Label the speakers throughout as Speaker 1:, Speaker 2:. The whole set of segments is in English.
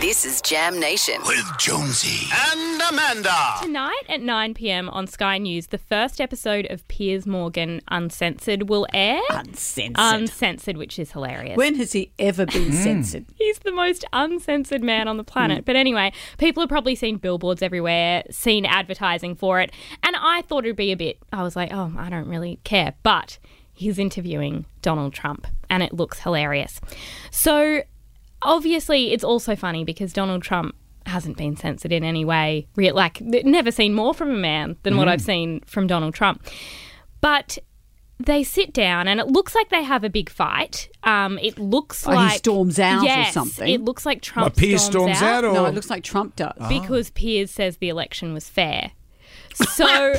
Speaker 1: This is Jam Nation.
Speaker 2: with Jonesy.
Speaker 3: and Amanda.
Speaker 4: Tonight at 9 p.m. on Sky News, the first episode of Piers Morgan Uncensored will air.
Speaker 5: Uncensored.
Speaker 4: Uncensored, which is hilarious.
Speaker 5: when has he ever been censored?
Speaker 4: He's the most uncensored man on the planet. But anyway, people have probably seen billboards everywhere, seen advertising for it, and I thought it'd be a bit. I was like, oh, I don't really care. But he's interviewing Donald Trump, and it looks hilarious. So obviously, it's also funny because Donald Trump hasn't been censored in any way. Re- Like, never seen more from a man than what I've seen from Donald Trump. But they sit down and it looks like they have a big fight. Um, it looks
Speaker 5: Oh, he
Speaker 4: like
Speaker 5: storms out or
Speaker 4: yes,
Speaker 5: something.
Speaker 4: It looks like Trump
Speaker 6: Pierce
Speaker 4: storms, out,
Speaker 6: or
Speaker 5: No, it looks like Trump does.
Speaker 4: because Piers says the election was fair. So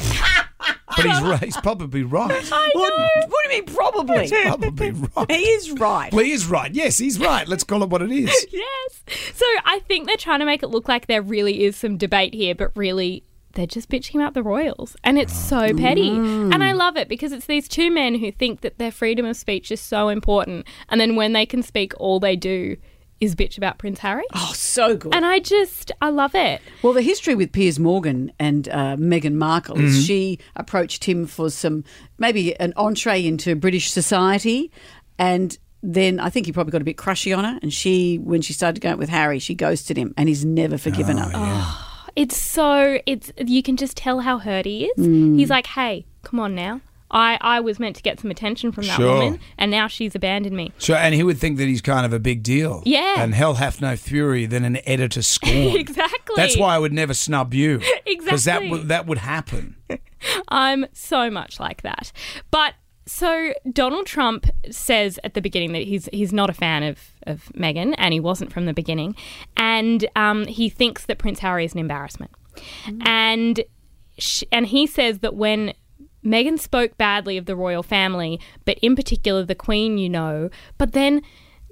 Speaker 6: but he's, right. he's probably right.
Speaker 5: What, what do you mean, probably?
Speaker 6: probably right.
Speaker 5: he is right.
Speaker 6: Well, he is right. Yes, he's right. Let's call it what it is.
Speaker 4: yes, so I think they're trying to make it look like there really is some debate here, but really. They're just bitching about the royals, and it's
Speaker 5: Mm.
Speaker 4: so petty. And I love it because it's these two men who think that their freedom of speech is so important, and then when they can speak, all they do is bitch about Prince Harry.
Speaker 5: Oh, so good.
Speaker 4: And I just, I love it.
Speaker 5: Well, the history with Piers Morgan and uh, Meghan Markle is she approached him for some, maybe an entree into British society. And then I think he probably got a bit crushy on her. And she, when she started going out with Harry, she ghosted him and he's never forgiven her.
Speaker 4: It's so it's you can just tell how hurt he is. He's like, hey, come on now. I, I was meant to get some attention from that
Speaker 6: Sure.
Speaker 4: woman, and now she's abandoned me.
Speaker 6: So, and he would think that he's kind of a big deal.
Speaker 4: Yeah.
Speaker 6: And hell hath no fury than an editor scorned.
Speaker 4: Exactly.
Speaker 6: That's why I would never snub you. Because that,
Speaker 4: Exactly.
Speaker 6: would that would happen.
Speaker 4: I'm so much like that. But so Donald Trump says at the beginning that he's he's not a fan of of Meghan, and he wasn't from the beginning, and um, he thinks that Prince Harry is an embarrassment, and sh- and he says that when Meghan spoke badly of the royal family, but in particular the Queen, you know, but then.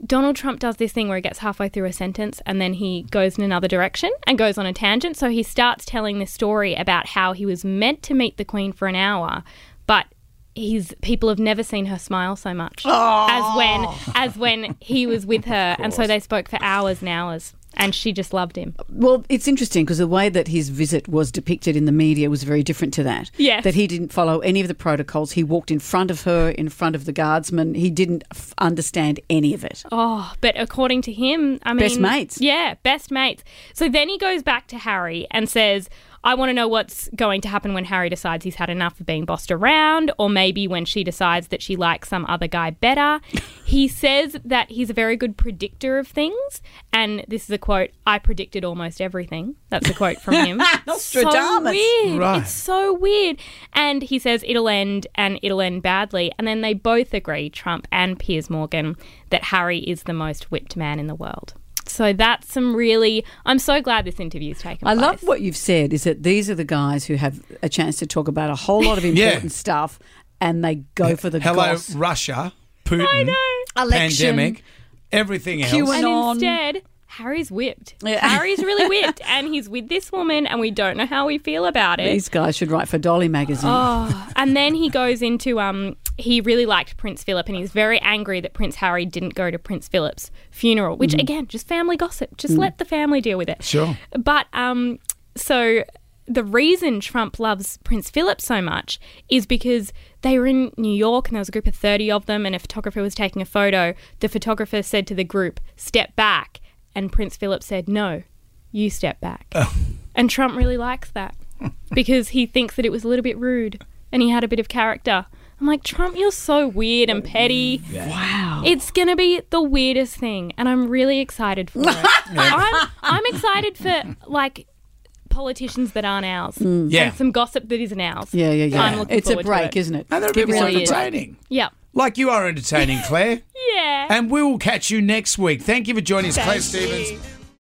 Speaker 4: Donald Trump does this thing where he gets halfway through a sentence and then he goes in another direction and goes on a tangent. So he starts telling this story about how he was meant to meet the Queen for an hour, but his people have never seen her smile so much as when as when he was with her, and so they spoke for hours and hours, and she just loved him.
Speaker 5: Well, it's interesting because the way that his visit was depicted in the media was very different to that.
Speaker 4: Yes.
Speaker 5: That he didn't follow any of the protocols. He walked in front of her, in front of the guardsmen. He didn't f- understand any of it.
Speaker 4: Oh, but according to him, I mean,
Speaker 5: Best mates.
Speaker 4: Yeah, best mates. So then he goes back to Harry and says, "I want to know what's going to happen when Harry decides he's had enough of being bossed around, or maybe when she decides that she likes some other guy better." he says that he's a very good predictor of things, and this is a quote: "I predicted almost everything." That's a quote from him. so
Speaker 5: Nostradamus.
Speaker 4: weird.
Speaker 6: Right.
Speaker 4: It's so weird. And he says it'll end and it'll end badly. And then they both agree, Trump and Piers Morgan, that Harry is the most whipped man in the world. So that's some really. I'm so glad this interview's taken
Speaker 5: I
Speaker 4: place.
Speaker 5: love what you've said is that these are the guys who have a chance to talk about a whole lot of
Speaker 6: Yeah.
Speaker 5: important stuff and they go for the
Speaker 6: Hello,
Speaker 5: goss.
Speaker 6: Russia, Putin,
Speaker 5: Election.
Speaker 6: pandemic, everything else.
Speaker 5: Q-
Speaker 4: And
Speaker 5: on.
Speaker 4: instead, Harry's whipped.
Speaker 5: Yeah.
Speaker 4: Harry's really whipped, and he's with this woman, and we don't know how we feel about it.
Speaker 5: These guys should write for Dolly magazine.
Speaker 4: Oh, and then he goes into um he really liked Prince Philip and he's very angry that Prince Harry didn't go to Prince Philip's funeral, which again, just family gossip. Just let the family deal with it.
Speaker 6: Sure.
Speaker 4: But um so the reason Trump loves Prince Philip so much is because they were in New York and there was a group of 30 of them and a photographer was taking a photo. The photographer said to the group, "Step back." And Prince Philip said, "No, you step back." And Trump really likes that because he thinks that it was a little bit rude and he had a bit of character. I'm like, Trump, you're so weird and petty. Wow. It's going to be the weirdest thing. And I'm really excited for it. I'm, I'm excited for, like, politicians that aren't ours
Speaker 6: Yeah.
Speaker 4: and some gossip that isn't ours.
Speaker 5: Mm. yeah, yeah, yeah.
Speaker 4: I'm looking
Speaker 5: it's a
Speaker 4: forward to
Speaker 5: break,
Speaker 4: it.
Speaker 5: is isn't it?
Speaker 6: and they're a
Speaker 5: Give
Speaker 6: bit more
Speaker 5: yourself
Speaker 4: really
Speaker 5: a break.
Speaker 6: entertaining.
Speaker 4: Yep.
Speaker 6: Like you are entertaining, Claire.
Speaker 4: Yeah.
Speaker 6: And we will catch you next week. Thank you for joining us, Claire Stevens.